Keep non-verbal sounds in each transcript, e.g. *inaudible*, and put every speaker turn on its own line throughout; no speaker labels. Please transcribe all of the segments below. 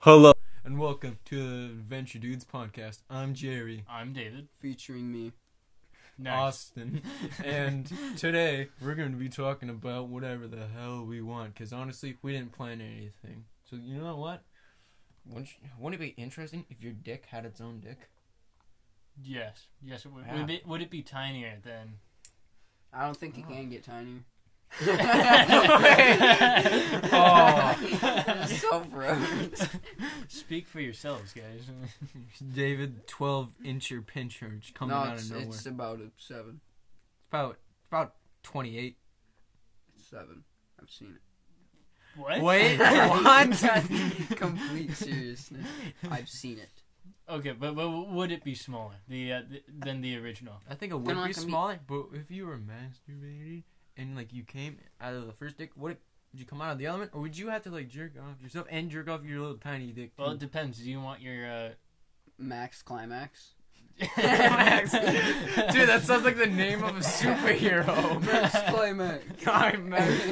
Hello and welcome to the Adventure Dudes podcast. I'm Jerry
I'm David.
featuring me.
Next.
Austin, and *laughs* today we're going to be talking about whatever the hell we want. Because honestly, we didn't plan anything. So you know what? Wouldn't, you- wouldn't it be interesting if your dick had its own dick?
*laughs* Yes. Yes, it would.
Yeah.
Would, it be, would it be tinier than.
I don't think it can get tinier.
Oh.
so gross.
Speak for yourselves, guys. *laughs*
David, twelve incher pincher just coming
No,
out
it's,
of nowhere.
it's about a seven.
about about twenty eight.
Seven. I've seen it.
what? *laughs*
*laughs*
Wait, what?
Complete seriousness. I've seen it.
Okay, but, but would it be smaller the, uh, the, than the original?
I think it would
Kinda
be
like a meat-
smaller, but if you were masturbating and like you came out of the first dick, would it? Would you come out of the element, or would you have to like jerk off yourself and jerk off your little tiny dick?
Well, it
too?
depends. Do you want your. Uh...
Max climax.
*laughs*
*laughs*
Max. dude, that sounds like the name
*laughs*
of a superhero.
Max climax.
Climax.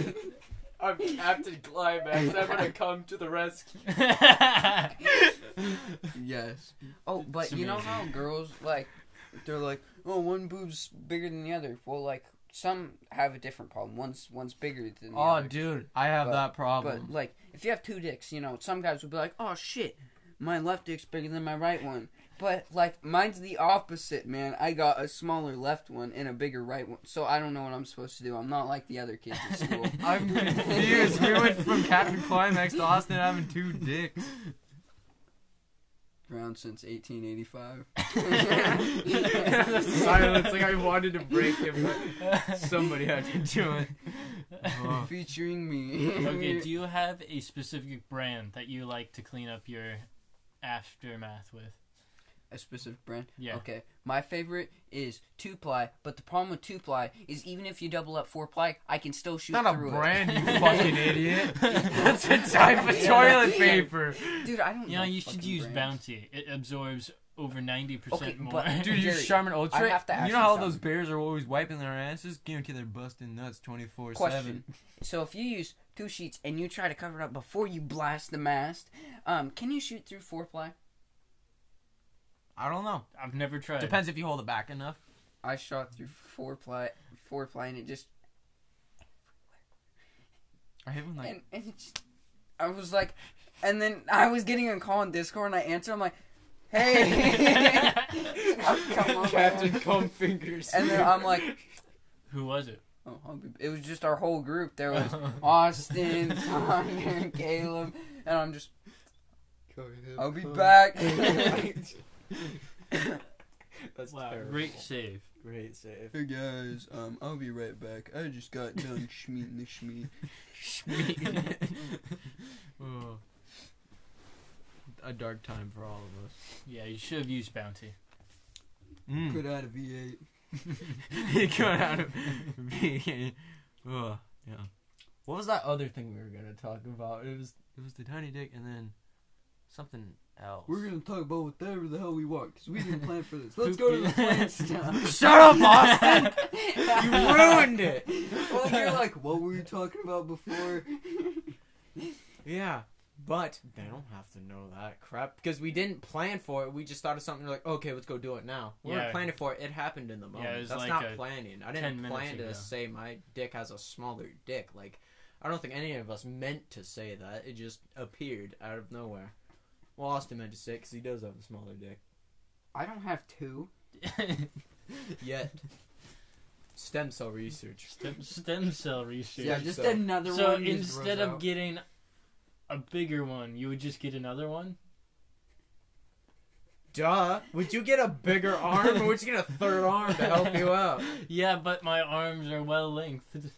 I'm Captain Climax. I'm *laughs* gonna come to the rescue.
yes. Oh, but
It's
you know
amazing.
how girls like they're like, oh, one boob's bigger than the other. Well, like some have a different problem. One's one's bigger than the
Oh,
other.
dude, I have
But-
that problem.
But like, if you have two dicks, you know, some guys would be like, "Oh shit, my left dick's bigger than my right one." But like, mine's the opposite, man. I got a smaller left one and a bigger right one, so I don't know what I'm supposed to do. I'm not like the other kids at school.
*laughs* *laughs* I'm confused. we went from Captain Climax to Austin having two dicks.
*laughs*
*laughs*
Around since
*laughs*
1885.
Silence, like I wanted to break him, but somebody had to do it.
*laughs* Featuring me.
*laughs* okay, do you have a specific brand that you like to clean up your aftermath with?
a specific brand.
Yeah.
Okay. My favorite is two ply, but the problem with two ply is even if you double up four ply, I can still shoot
Not a
through
brand,
*laughs*
you fucking idiot. That's a type of toilet paper.
it. Dude, I don't
You
know.
know, you should
fucking
use
brands.
Bounty. It absorbs over 90%
Okay,
more.
but-
Dude, you
Jerry,
Charmin Ultra.
I have to ask
you know
you
how
something.
those bears are always wiping their asses? Guarantee they're busting nuts 24 7.
Question. So if you use two sheets and you try to cover it up before you blast the mast, um, can you shoot through four ply?
I don't know.
*laughs* I've never tried.
*laughs*
Depends if you hold it back enough.
I shot through four ply, four ply, and it just,
I hit when like.
and, and it just, I was like, and then I was getting a call on Discord and I answer, I'm like, hey, *laughs* I've come on.
Comb Fingers.
and then I'm like,
*laughs* Who was it?
oh, I'll be, it was just our whole group. There
*laughs*
was Austin, Connor, Caleb, and I'm just, I'll
Oh,
be back.
*laughs*
hey
That's
wow, great save.
Great save.
guys, um, I'll be right back. I
*laughs*
just got done schmeeting the schmee.
Oh. A dark time for all of us.
Yeah, you should have used
*laughs*
Bounty.
Hmm. *laughs*
Put out a V8.
you got Mm. out of *laughs* being. Ugh, yeah. What was that other thing we were gonna talk about? It was it was the tiny dick and then something else.
gonna talk about whatever the hell we want because we didn't plan for *laughs* this.
Let's go to the plans
*laughs* stuff.
*laughs* shut up,
*laughs*
Austin. you ruined it.
*laughs* Well, you're like, what were you talking about before?
Yeah, but they don't have to know that crap because we didn't plan for it. We just thought of something like, okay, let's go do it now. We weren't
Yeah.
planning for it. It happened in the moment.
was
That's
like
not
a
planning. I
10
didn't
minutes
plan to
ago.
say my dick has a smaller dick. Like, I don't think any of us meant to say that. It just appeared out of nowhere. Well, Austin meant to say because he does have a smaller dick.
I don't have two.
*laughs*
Yet, stem cell research.
stem, stem cell research.
Yeah,
Yeah,
just
so-
another
so
one. just
instead
grows
of
out.
getting a bigger one, you would just get another one?
Duh. Would you get a bigger arm or would you get a third arm to help you out?
Yeah, but my arms are well lengthed.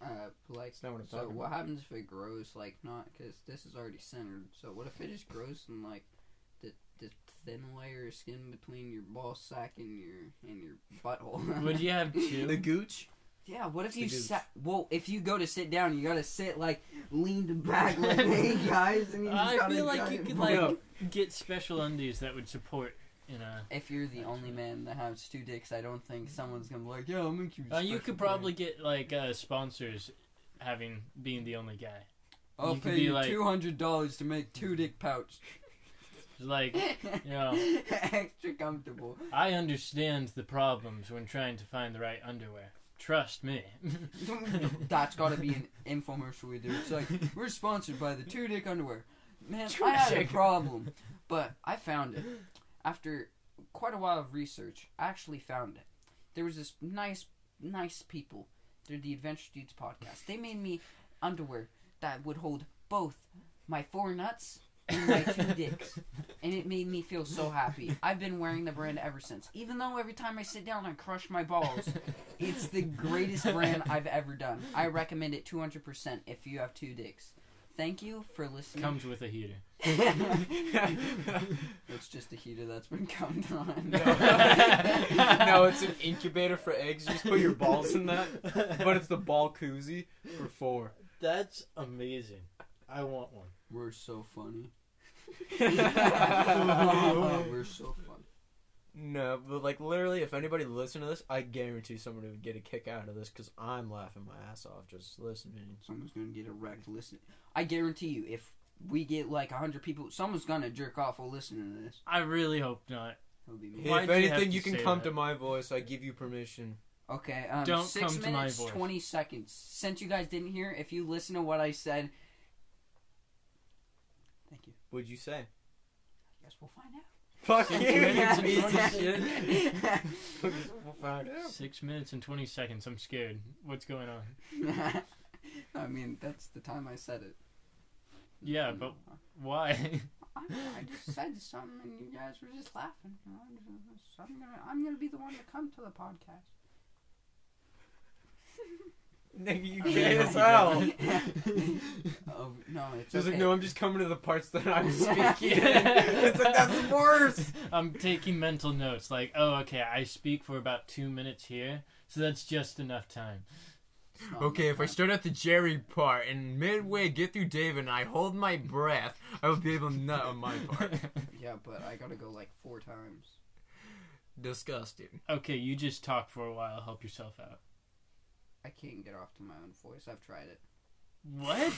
Uh, like,
That's not what I'm
so
talking
what
about.
happens if it grows like not? Because this is already centered. So what if it just grows in like the the thin layer of skin between your ball sack and your and your butthole?
*laughs*
*laughs*
would you have
The
two?
gooch.
*laughs*
Yeah, what if
the
you
gooch.
sat? Well, if you go to sit down, you gotta sit like leaned
*laughs*
back, like hey guys, and you just
I
gotta
feel like
go.
you could
No.
like get special undies that would support you know.
If you're the only man that has two dicks, I don't think someone's gonna be like, "Yeah, I'm gonna keep."
Uh, you
special
could probably get like uh, sponsors having being the only guy.
man." I'll
You could
pay
be
you
like-
two hundred dollars to make two dick pouch. *laughs*
It's like, *laughs* Yeah.
Extra comfortable.
I understand the problems when trying to find the right underwear. Trust *laughs* me.
*laughs* That's got to be an infomercial we do. It's like we're sponsored by the Two Dick Underwear. Man,
Two
I had a
Dick.
problem, but I found it after quite a while of research. I actually found it. There was this nice, nice people. They're the Adventure Dudes podcast. They made me underwear that would hold both my four nuts and my
*laughs*
two dicks, and it made me feel so happy. I've been wearing the brand ever since. Even though every time I sit down, I crush my balls.
*laughs*
It's the greatest brand I've ever done. I recommend it 200% if you have two dicks. Thank you for listening.
*laughs*
Comes with a heater.
*laughs* it's just a heater that's been combed
*laughs*
on. *laughs*
no, it's an incubator for eggs. You just put your balls in
*laughs*
that, but it's the ball koozie for four.
That's amazing. I want one.
We're so funny. *laughs*
no,
We're so funny.
but like literally, if anybody listened to this, I guarantee somebody would get a kick out of this because I'm laughing my ass off just listening.
Someone's gonna get erect listening. I guarantee you, if we get like 100 people, someone's gonna jerk off while listening to this.
I really hope not.
It'll be me.
if
Why'd you have
anything,
to
you can
say
come
that?
to my voice. I give you permission.
Okay, um,
Don't
six
come to my
minutes,
voice.
20 seconds. Since you guys didn't hear, if you listen to what I said, thank you.
What'd you say?
I guess we'll find out.
Fuck
Six minutes and
you.
twenty
*laughs*
*laughs*
We'll find out.
Six minutes and twenty seconds. I'm scared. What's going on?
*laughs* I mean, that's the time I said it. Mm-hmm.
Yeah, but why? *laughs*
I, I just said something, and you guys were just laughing. So I'm gonna, I'm gonna be the one to come to the podcast.
Nigga, you
Yeah.
gay as hell.
*laughs* Oh no, it's
She's
okay.
like, no, I'm just coming to the parts that *laughs*
*laughs*
I'm speaking. in." it's like that's the worst.
I'm taking mental notes. Like, oh, okay, I speak for about two minutes here, so that's just enough time.
It's not
Okay, if I
enough time.
start at the Jerry part and midway get through Dave and I hold my breath, I will be able to nut on my part.
*laughs* Yeah, but I gotta go like four times.
*laughs* *laughs* Disgusting.
okay, you just talk for a while. Help yourself out.
I can't get off to my own voice. I've tried it.
*laughs*
What?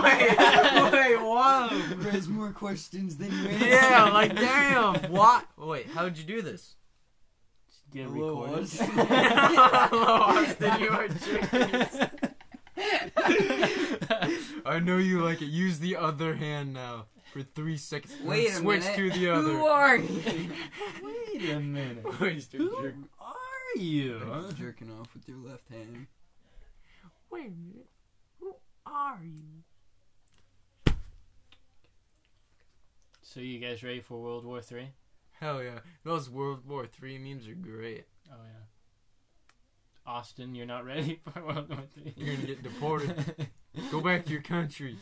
wait, wait, whoa.
*laughs* Raise Oh, more questions than you
Yeah, like damn. What? Wait, how'd you do *laughs* this?
*laughs* Get
Hello,
recorded.
Austin.
Hello, Austin, you are
*laughs*
genius. *laughs* I know you like it. Use the other hand now for three seconds. Then
Wait a
Switch
minute.
to the other.
Who are you? *laughs*
Wait a
*laughs*
minute.
Wait,
Who
jerk.
are you?
jerking off with your left hand.
Wait a minute. Who are you?
So you guys ready for World War Three?
Hell yeah. Those World War Three memes are great.
Oh yeah. Austin, you're not ready *laughs* for World War Three.
You're gonna get deported. Go back to your country.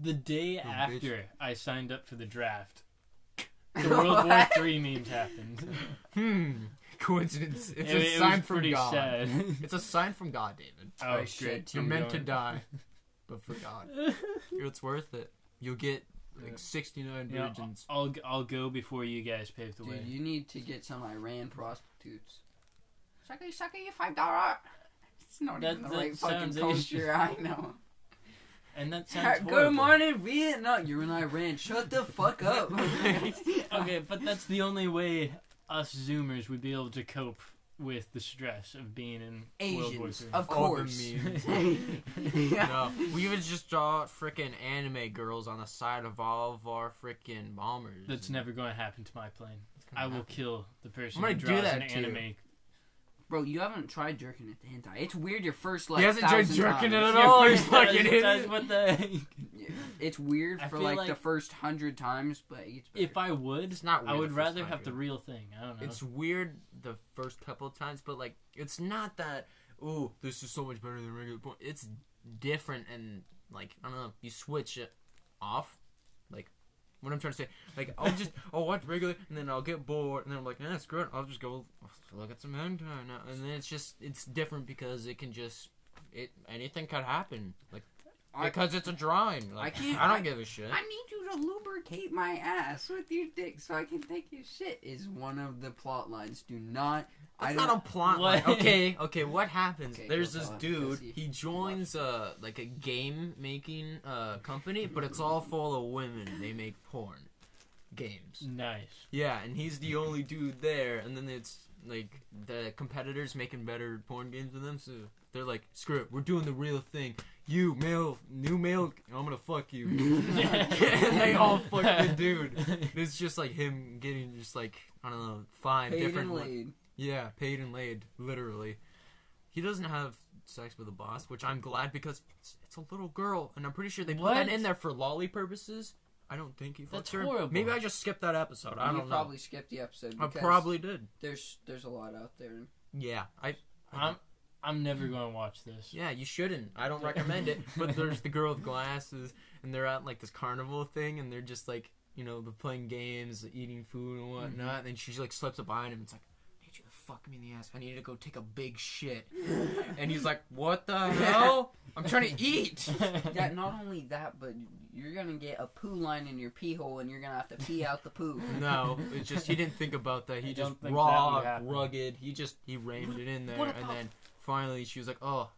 The day
Oh, bitch.
after I signed up for
*laughs*
the draft, the World War Three memes happened.
Hmm. Coincidence. It's
It-
a
it
sign
was
from
pretty
God. *laughs*
sad.
It's a sign from God, David.
oh,
Oh,
great.
shit.
keep
You're meant to
going.
die, but for
*laughs*
God, it's worth it. You'll get like 69
Yeah,
virgins.
I'll g- I'll go before you guys pave the
Dude,
way.
you need to get some Iran prostitutes. Sucker, you sucker, you five dollar. It's not
That-
even the
that
right fucking
sounds like-
culture. I know.
And that *laughs*
*laughs*
sounds horrible.
Good morning, Vietnam. You're in Iran. Shut the fuck up.
*laughs*
*laughs*
Okay, but that's the only way us Zoomers would be able to cope with the stress of being in World War
Asians,
Three.
of
All the
course.
memes. *laughs*
*laughs* yeah.
no, we would just draw frickin' anime girls on the side of all of our frickin' bombers.
That's never going to happen to my plane. I will kill the person
I'm gonna
who
do
draws
that
an
to you.
anime.
Bro, you haven't tried jerking it to hentai. It's weird your first like.
He hasn't tried
thousand
jerking it
times.
at all.
*laughs* Yeah,
He's fucking
because-
idiot.
because what the- *laughs*
*laughs* It's weird
I
for
feel
like, the
like-
first hundred times, but it's better.
If I would,
It's not
I
weird
would
the first
rather
time,
have the
dude.
real thing. I
Uh-huh.
don't know.
It's weird the first couple of times, but like it's not that. Oh, this is so much better than regular porn. It's different, and like I don't know, you switch it off. Like what I'm trying to say, like I'll
*laughs*
just I'll watch regular, and then I'll get bored, and then I'm like, nah, screw it. I'll just go look at some hentai now, and then it's just it's different because it can just it anything could happen, like
I-
because it's a drawing. Like, I
can't-
I don't
I-
give a shit.
I need you to lubricate my ass with your dick so I can take your shit is one of the plot lines. Do not I
That's not a plot. line.
What?
Okay, *laughs* okay. What happens?
Okay,
There's
go
this
on,
dude.
Jesse.
He joins uh like a game making uh company, but it's all full of women. They make porn games.
*laughs* Nice.
Yeah, and he's the only dude there. And then it's like the competitors making better porn games than them, so they're like, "Screw it, we're doing the real thing." You male, new male, I'm gonna fuck you. *laughs* and *laughs* they all fuck
*laughs*
the dude. It's just like him getting just like I don't know five
paid
different
and
wo-
laid.
yeah, paid and laid, literally. He doesn't have sex with a boss, which I'm glad because it's, it's a little girl, and I'm pretty sure they put
What?
that in there for lolly purposes. I don't think he fucked
That's
her.
horrible.
Maybe I just skipped that episode. I
you
don't know.
probably skipped the episode.
I
Because
probably did.
there's there's a lot out there.
Yeah, I. I
I'm I'm never going to watch this.
yeah, you shouldn't. I don't recommend it.
*laughs*
But there's the girl with glasses, and they're at like this carnival thing, and they're just like, you know, they're playing games, eating food and
Mm-hmm.
whatnot. And she like slips up behind him. It's like, I need you to fuck me in the ass. I need to go take a big shit. *laughs* and
*laughs*
he's like, What the hell? I'm trying to
*laughs*
eat.
Yeah, not only that, but you're gonna get a poo line in your pee hole, and you're gonna have to pee out the poo.
*laughs* No, it's just he didn't think about that.
I
He just
don't think that would
raw,
happen.
rugged. He just he rammed it in there,
what
and
about-
then finally she was like, "Oh,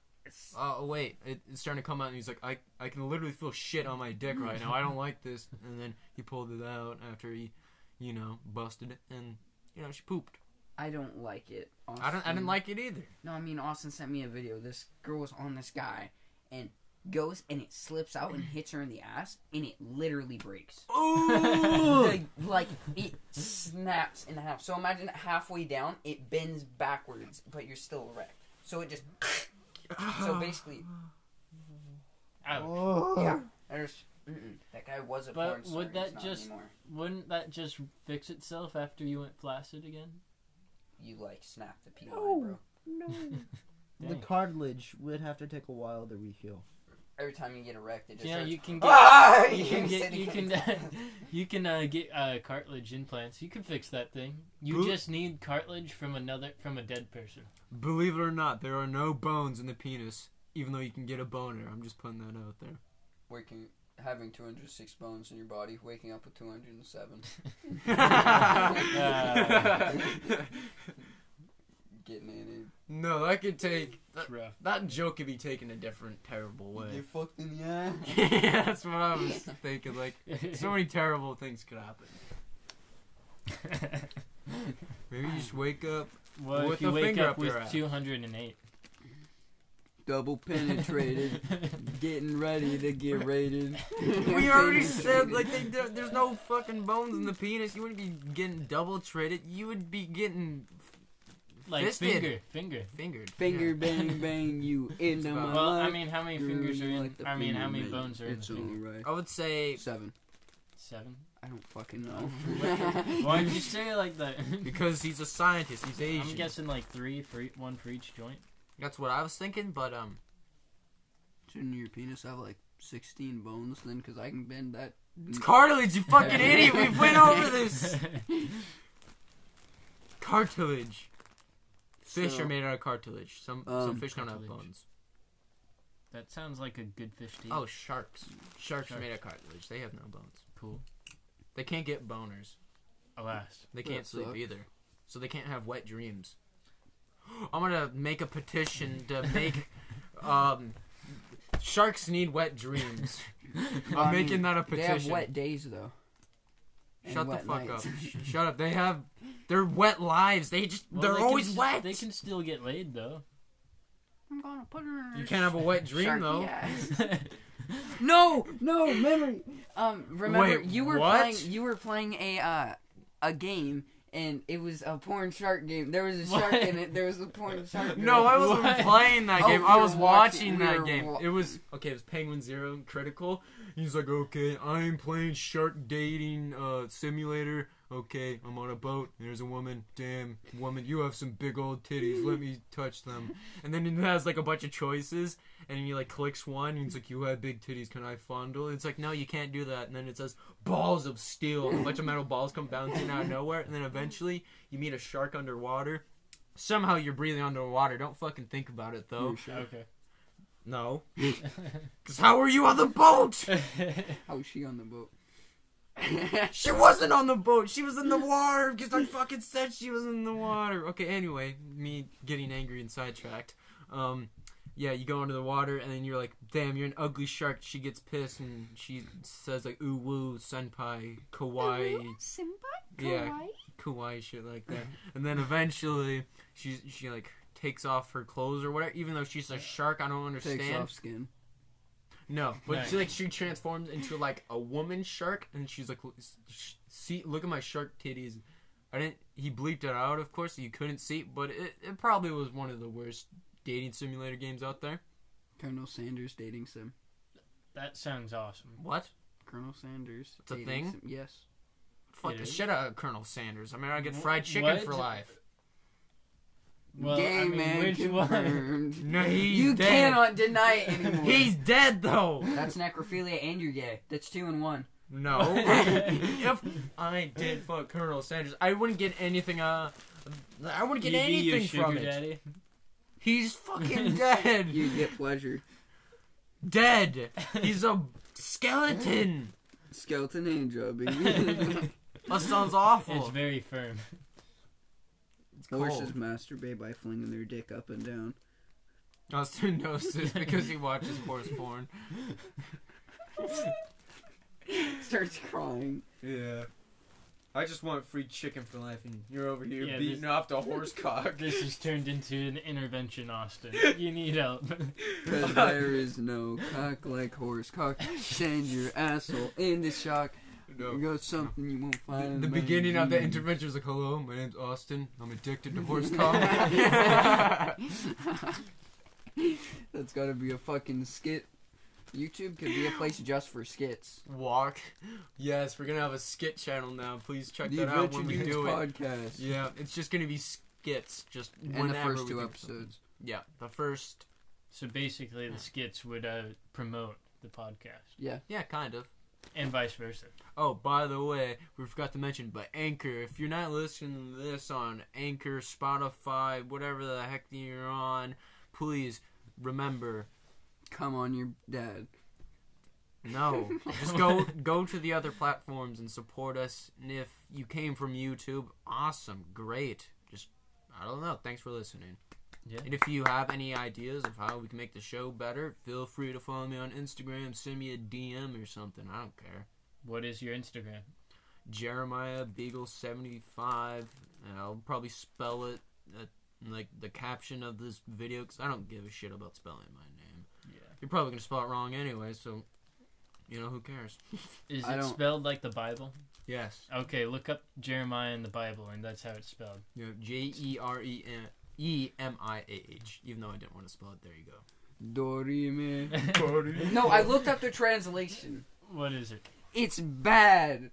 oh wait, it, it's starting to come out." And he's like, "I I can literally feel shit on my dick right now. I don't like this." And then he pulled it out after he, you know, busted it, and you know she pooped.
I don't like it. Austin.
I don't I didn't like it either.
No, I mean Austin sent me a video. This girl was on this guy, and goes and it slips out and hits her in the ass, and it literally breaks.
*laughs* Oh,
Like, like it snaps in half. So imagine halfway down, it bends backwards, but you're still erect. So it just.
*sighs*
so basically,
Ouch.
yeah. There's, mm-mm, that guy was a
But
porn star.
would
he's
that
not
just-
anymore.
Wouldn't that just fix itself after you went flaccid again?
You like snap the pee
No.
line, bro.
No. the
Dang.
*laughs*
cartilage would have to take a while to reheal.
Every time you get erect, it just.
Yeah,
hurts.
you can get
*laughs* Ah!
you can get
said *laughs*
you can
can't-
*laughs* you can uh, get uh, cartilage implants. You can fix that thing. You
Boop.
just need cartilage from another from a dead person.
believe it or not, there are no bones in the penis, even though you can get a boner. I'm just putting that out there.
waking having 206 bones in your body waking up with 207 getting in
no, that could take.
*laughs* It's rough.
That joke could be taken a different, terrible
it
way.
fucked in the eye
yeah, *laughs* that's what I was thinking. Like, so *laughs* many terrible things could happen. Maybe you just wake up.
well,
With
if you
the
wake
finger
up
up
with
your ass.
208.
double penetrated getting ready to get *laughs* raided
We already said like they, there, there's no fucking bones in the penis. You wouldn't be getting double traded. You would be getting
*laughs* Like
Fisted.
finger, finger.
fingered.
finger bang bang you *laughs* into
about-
my
Well, I
life.
mean, how many
Girl,
fingers
you
are in?
like the
I mean, how
finger
many
ring.
bones are in the
it's all
finger?
right
I would say
seven
Seven.
i don't fucking *laughs* know
Why would you say it like that? *laughs*
because he's a scientist. He's Asian.
I'm guessing like three for each, one for each joint.
that's what I was thinking. But um,
*laughs* shouldn't your penis have like 16 bones then because i can bend that
it's cartilage. You
*laughs*
fucking idiot. We went over this. Cartilage. Fish
So-
are made out of cartilage. Some
Um,
some fish don't have
cartilage.
bones.
*laughs* that sounds like a good fish to eat.
Oh, sharks. Sharks are
Sharks.
made of cartilage. They have no bones.
cool.
They can't get boners. *laughs*
Alas. *laughs*
They
That
can't sleep
sucks.
either. So they can't have wet dreams. *gasps* I'm gonna make a petition
*laughs*
to make um sharks need wet
*laughs*
dreams. I'm
I mean,
making that a
they have
petition.
wet days though and
Shut the
wet
fuck
nights.
up. Sh- Shut up. They have their wet lives. They just
Well,
they're
they can
always
s-
wet.
They can still get laid though.
*laughs*
*laughs*
I'm gonna put her in
You can't have a wet dream
sharky
though.
*laughs*
ass. no, no *laughs* memory. Um, remember
Wait,
you were
what?
playing. You were playing a uh, a game, and it was a porn shark game. There was a shark
What?
in it. There was a
*laughs*
porn shark. in
No,
it.
I wasn't
What?
playing that
Oh,
game.
we
I
were
was watching,
watching- we
that
were
game.
wa-
it was okay. It was Penguin Zero and Critical. He's like, okay, I'm playing Shark Dating uh, Simulator. Okay, I'm on a boat. There's a woman. Damn, woman, you have some big old titties. Let me touch them. And then it has like a bunch of choices, and he like clicks one. And he's like, you have big titties. Can I fondle? It's like, no, you can't do that. And then it says balls of steel. And a bunch of metal balls come bouncing out of nowhere. And then eventually, you meet a shark underwater. Somehow you're breathing underwater. Don't fucking think about it though.
Okay. *laughs*
No. Because how were you on the boat?
How was she on the boat? *laughs*
She wasn't on the boat. She was in the water because I fucking said she was in the water. Okay, anyway, me getting angry and sidetracked. Um, yeah, you go into the water and then you're like, damn, you're an ugly shark. She gets pissed and she says like, ooh woo, senpai, kawaii,
Simba?
Yeah. kawaii shit like that. And then eventually, she she like takes off her clothes or whatever. Even though she's a shark, I don't understand.
Takes off skin.
No, but
Nice.
she like she transforms into like a woman shark, and she's like, "Look- sh- "See, look at my shark titties." I didn't. He bleeped it out, of course, so you couldn't see. But it, it probably was one of the worst dating simulator games out there.
Colonel Sanders dating sim.
That sounds awesome.
What?
Colonel Sanders.
It's a
dating
thing?
Sim. Yes.
Fuck
It
the
is.
shit out of Colonel Sanders. I mean, I get
Wh-
fried chicken
what?
for life.
Well,
Gay
I mean,
man
which one?
*laughs*
confirmed.
No, he's
you
dead.
cannot deny it
*laughs*
anymore.
He's dead though.
That's necrophilia and you're gay. That's two in one.
No.
*laughs*
if I did fuck Colonel Sanders, I wouldn't get anything. Uh, I wouldn't get
You be your
anything
sugar
from it.
daddy.
He's
*laughs*
fucking dead.
You get pleasure.
dead. *laughs* He's a skeleton.
Skeleton and *laughs* jobbing.
That sounds
*laughs* It's
awful.
very firm.
Horses masturbate by flinging their dick up and down.
Austin knows
*laughs*
this because he watches horse porn.
Starts crying.
Yeah. I just want free chicken for life, and you're over here
Yeah,
beating
this-
off the
*laughs*
horse cock.
This has turned into an intervention, Austin. You need help. *laughs*
Cause there is no cock like horse cock. Send your asshole in the shock. You got something you won't
The,
find.
the
in my
beginning of the
jeans.
intervention is like, "Hello, my name's Austin. I'm addicted to horse
*laughs*
cock."
That's gotta be a fucking skit. YouTube could be a place just for skits.
Walk. Yes, we're gonna have a skit channel now. Please check
the
that out when
Adventure
we
Dudes
do it.
podcast.
Yeah, it's just gonna be skits. Just
And the
whenever
first
we
two
think of something.
episodes.
Yeah, the first.
so basically, the skits would uh, promote the podcast,
Yeah.
Yeah, kind of.
and vice versa.
Oh, by the way, we forgot to mention, but Anchor, if you're not listening to this on Anchor, Spotify, whatever the heck that you're on, please remember
Come on, your dad.
no. Just go go to the other platforms and support us. And if you came from YouTube, awesome, great. Just I don't know. Thanks for listening.
Yeah.
And if you have any ideas of how we can make the show better, feel free to follow me on Instagram, send me a DM or something. I don't care.
What is your Instagram?
Jeremiah Beagle 75. And I'll probably spell it at, like the caption of this video because I don't give a shit about spelling my name.
Yeah.
You're probably going to spell it wrong anyway, so, you know, who cares?
Is
I
it
don't-
spelled like the Bible?
Yes.
Okay, look up Jeremiah in the Bible, and that's how it's spelled.
You have J E R E M E M I A H. Even though I didn't want to spell it, there you go.
Dory man.
*laughs*
No, I looked up the translation.
What is it?
It's bad.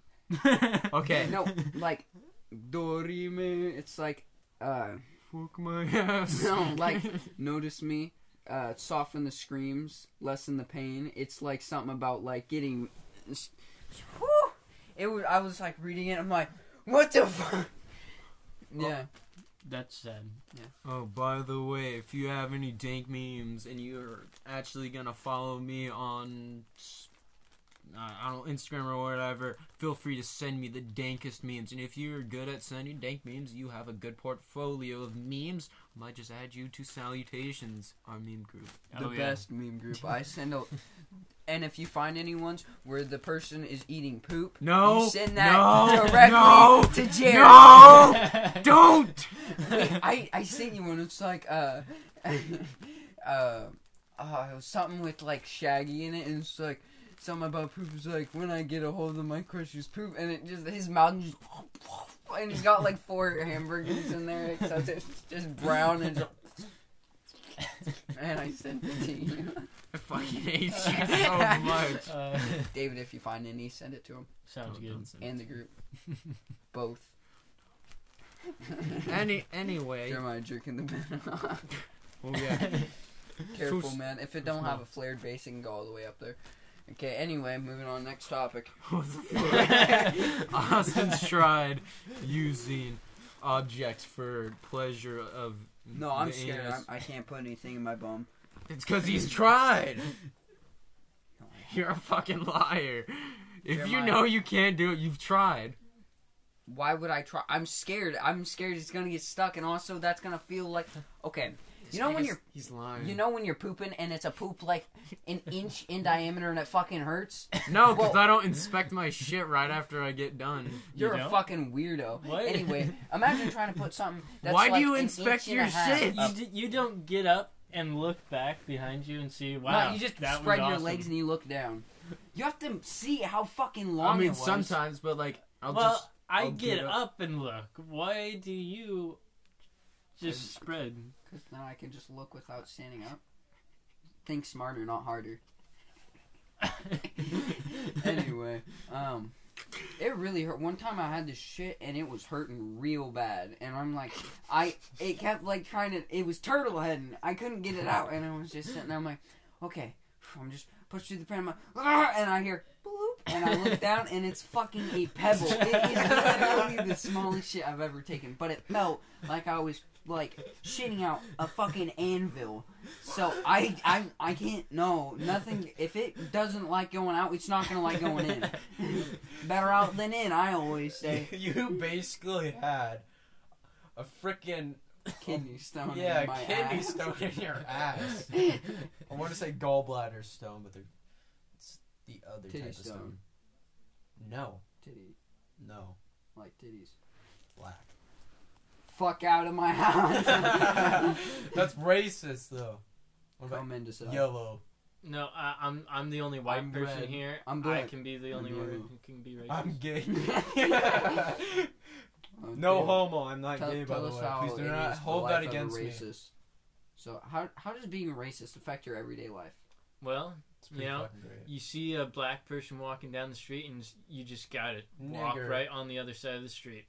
Okay.
*laughs* No, like Dory man. It's like uh
Fuck *laughs* my ass.
No, like notice me, uh, soften the screams, lessen the pain. It's like something about like getting. Whew! It was. I was like reading it. I'm like, what the fuck? Yeah.
That's sad.
Oh, by the way, if you have any dank memes and you're actually gonna follow me on, s- uh, I don't know, Instagram or whatever, feel free to send me the dankest memes. And if you're good at sending dank memes, you have a good portfolio of memes. I might just add you to salutations, our meme group.
the
Oh, yeah.
best meme group. I send out. And if you find any ones where the person is eating poop,
No,
you send that
no,
*laughs* directly
no, *laughs*
to Jerry.
No,
*laughs*
don't.
I, I sent you one. It's like uh, *laughs* uh, oh, it was something with like Shaggy in it, and it's like something about poop. It's like when I get a hold of my crush's poop, and it just his mouth just *laughs* and he's got like four hamburgers in there, except it's just brown and. Just, *laughs* and I sent it to you,
I fucking hate
*laughs*
you so much. Oh,
Uh, *laughs*
David. If you find any, send it to him
sounds good.
and the group, both.
Any anyway.
Jeremiah jerking the bed off.
Oh yeah.
*laughs* Careful,
Too-
man. If it don't have a flared base, it can go all the way up there. Okay. Anyway, moving on. Next topic.
What the fuck? *laughs* Austin's tried using objects for pleasure of.
No, I'm
the
scared.
anus.
I'm, I can't put anything in my bum.
It's because he's tried. You're a fucking liar. If you
Jeremiah.
know you can't do it, you've tried.
Why would I try? I'm scared. I'm scared it's gonna get stuck, and also that's gonna feel like okay. You know when you're
He's lying.
you know when you're pooping and it's a poop like an inch *laughs* in diameter and it fucking hurts.
no, because
Well-
I don't inspect my shit right after I get done.
You're a
don't?
fucking weirdo.
What?
Anyway, imagine trying to put something. That's
Why do
like
you
an
inspect
inch and
your
a half.
shit?
You, d- you don't get up and look back behind you and see, wow,
no, you just
that
spread
was
your
awesome.
legs and you look down. You have to see how fucking long
I mean,
it was.
sometimes, but like, I'll
well,
just.
I
I'll
get,
get
up. and look. Why do you just spread?
'Cause now I can just look without standing up. Think smarter, not harder. *laughs* anyway, um, it really hurt. One time I had this shit and it was hurting real bad, and I'm like, I it kept like trying to. It was turtle heading. I couldn't get it out, and I was just sitting there. I'm like, okay, I'm just pushed through the pan. I'm like, "Ah," and I hear. bloop, And I look down, and it's fucking a pebble. It is literally the smallest shit I've ever taken, but it felt like I was like shitting out a fucking anvil. So I, I, I can't. No, nothing. If it doesn't like going out, it's not gonna like going in.
*laughs*
Better out than in. I always say. *laughs*
you basically had a freaking
Kidney stone.
yeah
in my
kidney
ass.
stone in
*laughs*
your ass. I want to say gallbladder stone, but they're, it's the other
Titty
type
stone.
of stone. No,
Titty,
no,
like titties. *laughs*
black.
Fuck out of my house.
*laughs* That's racist though. What about
Come in to sell.
yellow?
No, I, I'm I'm the only white
I'm
person
red.
here.
I'm
I
black.
can be the only
I'm
one
yellow.
who can be racist.
I'm gay.
*laughs* Oh,
no
dude.
homo. I'm not
Tell,
gay by
tell
the
us
way.
how
Please do
it
not
is the
hold
life
that
of a
against me.
racist. So how how does being racist affect your everyday life?
well,
It's pretty
You know,
fucking great.
you see a black person walking down the street and s- you just gotta walk
Nigger.
right on the other side of the street.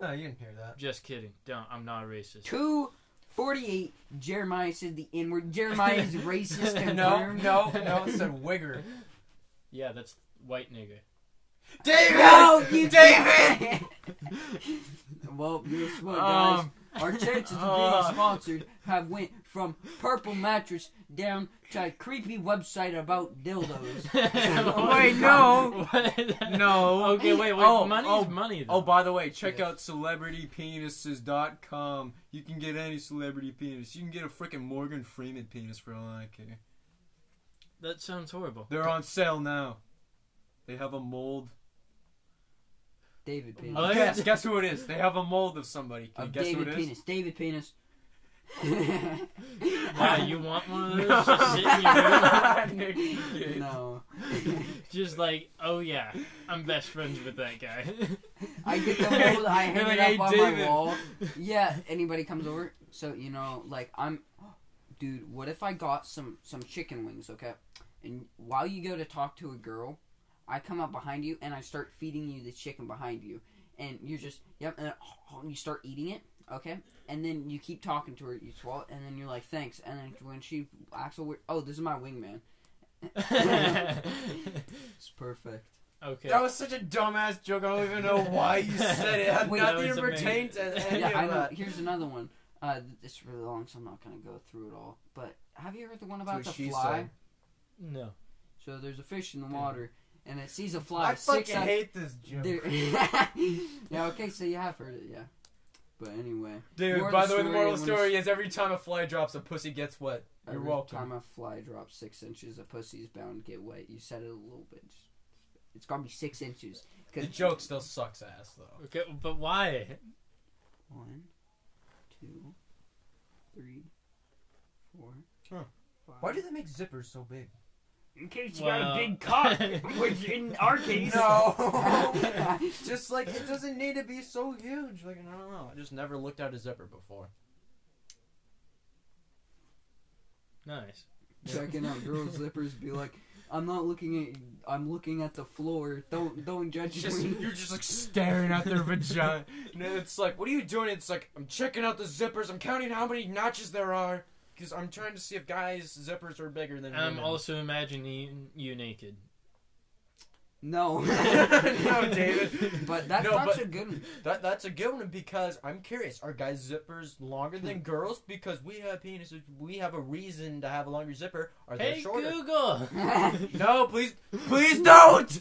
No, you didn't hear
*laughs*
that.
Just kidding. Don't. I'm not a racist.
Two forty-eight. Jeremiah said the N word. Jeremiah is racist.
*laughs* No,
confirmed.
no, no.
*laughs*
It said wigger.
Yeah, that's white nigger.
David.
No,
*laughs*
you David. well, guess what, guys?
Um,
Our chances of
uh.
being sponsored have went from purple mattress down to a creepy website about dildos.
*laughs*
Wait, *laughs* no.
What?
No.
Okay, wait, wait.
Oh,
money's
oh,
money. Though.
Oh, by the way, check
Yes.
out celebritypenises.com. You can get any celebrity penis. You can get a freaking Morgan Freeman penis for all I care.
that sounds
*laughs*
horrible.
They're on sale now. They have a mold.
David penis.
Oh, yeah.
Guess, guess who it is? They have a mold of somebody. Can you
Of
guess who
David
it is?
penis. David penis.
Wow,
*laughs*
*laughs*
you want one of those? Just sit in your room.
no.
*laughs*
Just like, oh yeah, I'm best friends with that guy. *laughs*
*laughs*
I get the mold. I hang
You're like,
it up
"Hey,
on
David."
my
*laughs*
wall. Yeah, anybody comes over. So you know, like I'm, *gasps* dude. What if I got some some chicken wings? Okay, and while you go to talk to a girl, I come up behind you and I start feeding you the chicken behind you, and you're just yep, and, and you start eating it. Okay, and then you keep talking to her, you swallow, it, and then you're like, thanks. And then when she acts weird, oh, this is my wingman. It's perfect.
okay.
That was such a dumbass joke. I don't even know
*laughs*
why you said it. it had
Wait, that
nothing
was
to pertain to any
yeah, I
of
know.
that.
Here's another one. Uh, th- it's really long, so I'm not gonna go through it all. But have you heard the one about
what
the
she
fly?
said.
No.
So there's a fish in the water, and it sees a fly.
I
six
fucking
out-
hate this
*laughs*
joke.
There- *laughs* yeah. Okay. So you have heard it, yeah. But anyway,
Dude,
Moral
by
of
the way, the
story,
moral
when
story is every time a fly drops, a pussy gets wet. You're
every
welcome.
time uh, a fly drops six inches, a pussy's bound to get wet. You said it a little bit. Just- It's gonna be six inches.
The
Cause
joke still sucks ass, though.
Okay, but why?
One, two, three, four,
Huh.
five.
they make zippers so big?
In case
Well-
which in our case.
No! just like, it doesn't need to be so huge. Like, I don't know. I just never looked at a zipper before.
Nice.
Checking out girls' zippers, be like, I'm not looking at. I'm looking at the floor. Don't don't judge
It's *laughs* just,
me.
you're just like staring at their vagina. *laughs* And then it's like, what are you doing? It's like, I'm checking out the zippers. I'm counting how many notches there are. Because I'm trying to see if guys' zippers are bigger than
I'm
women.
also imagining you naked.
*laughs* No, *laughs* no,
*laughs*
David. But that's
No,
not
but-
a good one.
That that's a good one because I'm curious. Are guys' zippers longer than girls? Because we have penises, we have a reason to have a longer zipper. Are they
Hey
shorter?
Google.
No, please, please don't.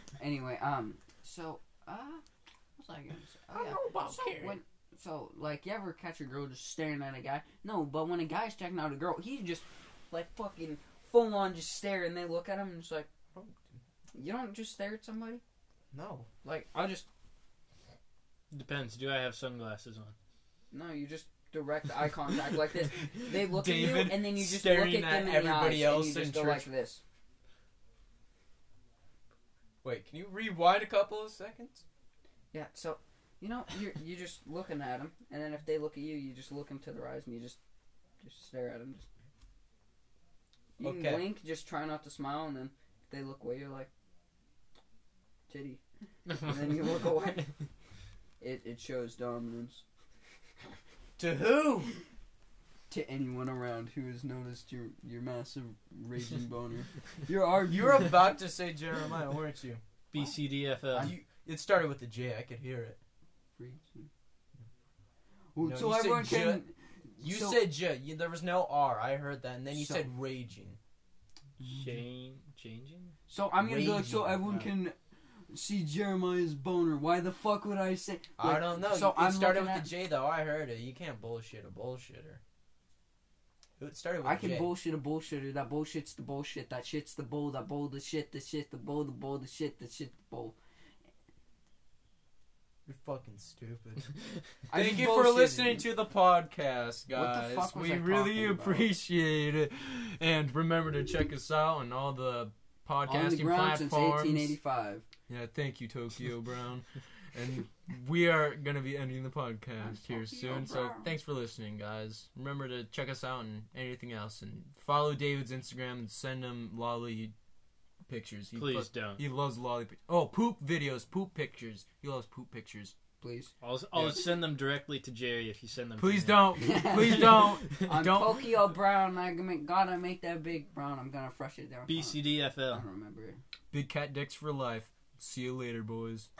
*laughs* anyway, um, so uh, what was I gonna say? Oh, yeah. so when, so like, you ever catch a girl just staring at a guy? No, but when a guy's checking out a girl, he's just like fucking full on just stare, and they look at him and it's like, you don't just stare at somebody.
No.
Like I just
Depends. Do I have sunglasses on?
no, you just direct eye contact like
*laughs*
this. They look at
David
you, and then you just look at
staring
them
at
in
everybody
the eyes,
else
and you
in
just go
church.
like this.
Wait, can you rewind a couple of seconds?
Yeah, so you know you're you're just looking at them, and then if they look at you, you just look into their eyes and you just just stare at them. Just you
Okay.
can blink, just try not to smile, and then if they look away, you're like titty, and
*laughs*
then you
*laughs*
look away. It it shows dominance
To who?
to anyone around who has noticed your your massive raging boner.
*laughs*
You're arguing.
You were about to say Jeremiah, weren't
*laughs*
you?
BCDFL.
you it started with the J. I could hear it.
Ooh,
No,
so
you said
everyone
ju-
can.
You
so-
said J. You, there was no R. I heard that, and then you
So-
said raging.
Jane, changing.
So I'm gonna be like, so
Raging.
everyone can see Jeremiah's boner. Why the fuck would I say?
I
Like,
don't know.
So
it
I'm
started
looking
with
at-
the J, though. I heard it. You can't bullshit a bullshitter. It started with
I can
J.
bullshit a bullshitter. That bullshit's the bullshit. That shit's the bull. That bull the shit. The shit the bull. The bull the shit. The shit the bull.
You're fucking stupid.
*laughs* I
Thank
just
you for
bullshitted
listening
you.
to the podcast,
What the
guys.
fuck was
we
I
really
talking about?
appreciate it. And remember to check us out on all the
on the
podcasting
ground since
platforms.
1885.
Yeah, thank you, Tokyo Brown. And we are going to be ending the
I'm
podcast here
Tokyo
soon. So
Brown.
thanks for listening, guys. Remember to check us out and anything else. And follow David's Instagram and send him lolly pictures. He
Please
fu-
don't.
he loves lolly. Oh, poop videos, poop pictures. He loves poop pictures.
*laughs*
Please.
I'll, I'll
Yeah.
send them directly to Jerry if you send them.
Please
to
don't.
*laughs*
Please don't.
I'm
don't.
Tokyo Brown. I can make, gotta make that big brown. I'm gonna fresh it down.
Him.
I don't
BCDFL.
remember it.
Big cat dicks for life. See you later, boys.